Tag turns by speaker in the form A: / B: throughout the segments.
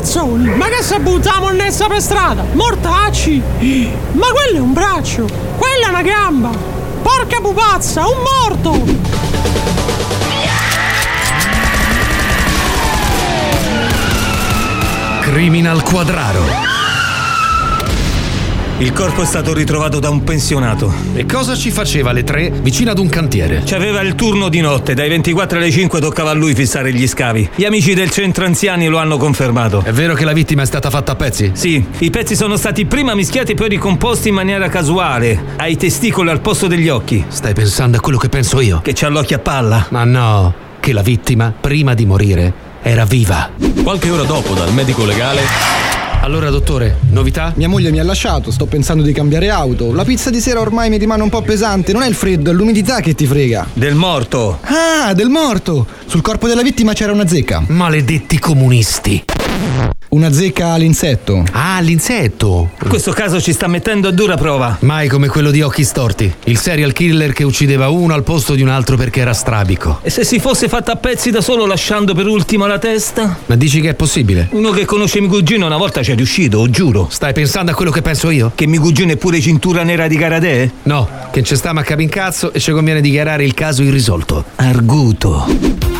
A: Ma che se buttiamo annessa per strada? Mortacci! Ma quello è un braccio! Quella è una gamba! Porca pupazza, un morto!
B: Criminal Quadraro.
C: Il corpo è stato ritrovato da un pensionato.
B: E cosa ci faceva alle tre vicino ad un cantiere?
C: Ci aveva il turno di notte, dai 24 alle 5 toccava a lui fissare gli scavi. Gli amici del centro anziani lo hanno confermato.
B: È vero che la vittima è stata fatta a pezzi?
C: Sì, i pezzi sono stati prima mischiati e poi ricomposti in maniera casuale, ai testicoli al posto degli occhi.
B: Stai pensando a quello che penso io?
C: Che c'ha l'occhio a palla.
B: Ma no, che la vittima, prima di morire, era viva.
D: Qualche ora dopo, dal medico legale.
B: Allora, dottore, novità?
E: Mia moglie mi ha lasciato, sto pensando di cambiare auto. La pizza di sera ormai mi rimane un po' pesante, non è il freddo, è l'umidità che ti frega.
C: Del morto.
E: Ah, del morto! Sul corpo della vittima c'era una zecca.
B: Maledetti comunisti.
E: Una zecca all'insetto.
B: Ah, l'insetto!
C: In questo caso ci sta mettendo a dura prova.
B: Mai come quello di Occhi Storti, il serial killer che uccideva uno al posto di un altro perché era strabico.
C: E se si fosse fatta a pezzi da solo lasciando per ultima la testa?
B: Ma dici che è possibile?
C: Uno che conosce mio cugino una volta ci è riuscito, lo giuro.
B: Stai pensando a quello che penso io?
C: Che mio cugino è pure cintura nera di karate?
B: No, che ci sta ma in cazzo e ci conviene dichiarare il caso irrisolto.
C: Arguto.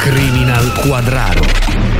B: Criminal Quadraro.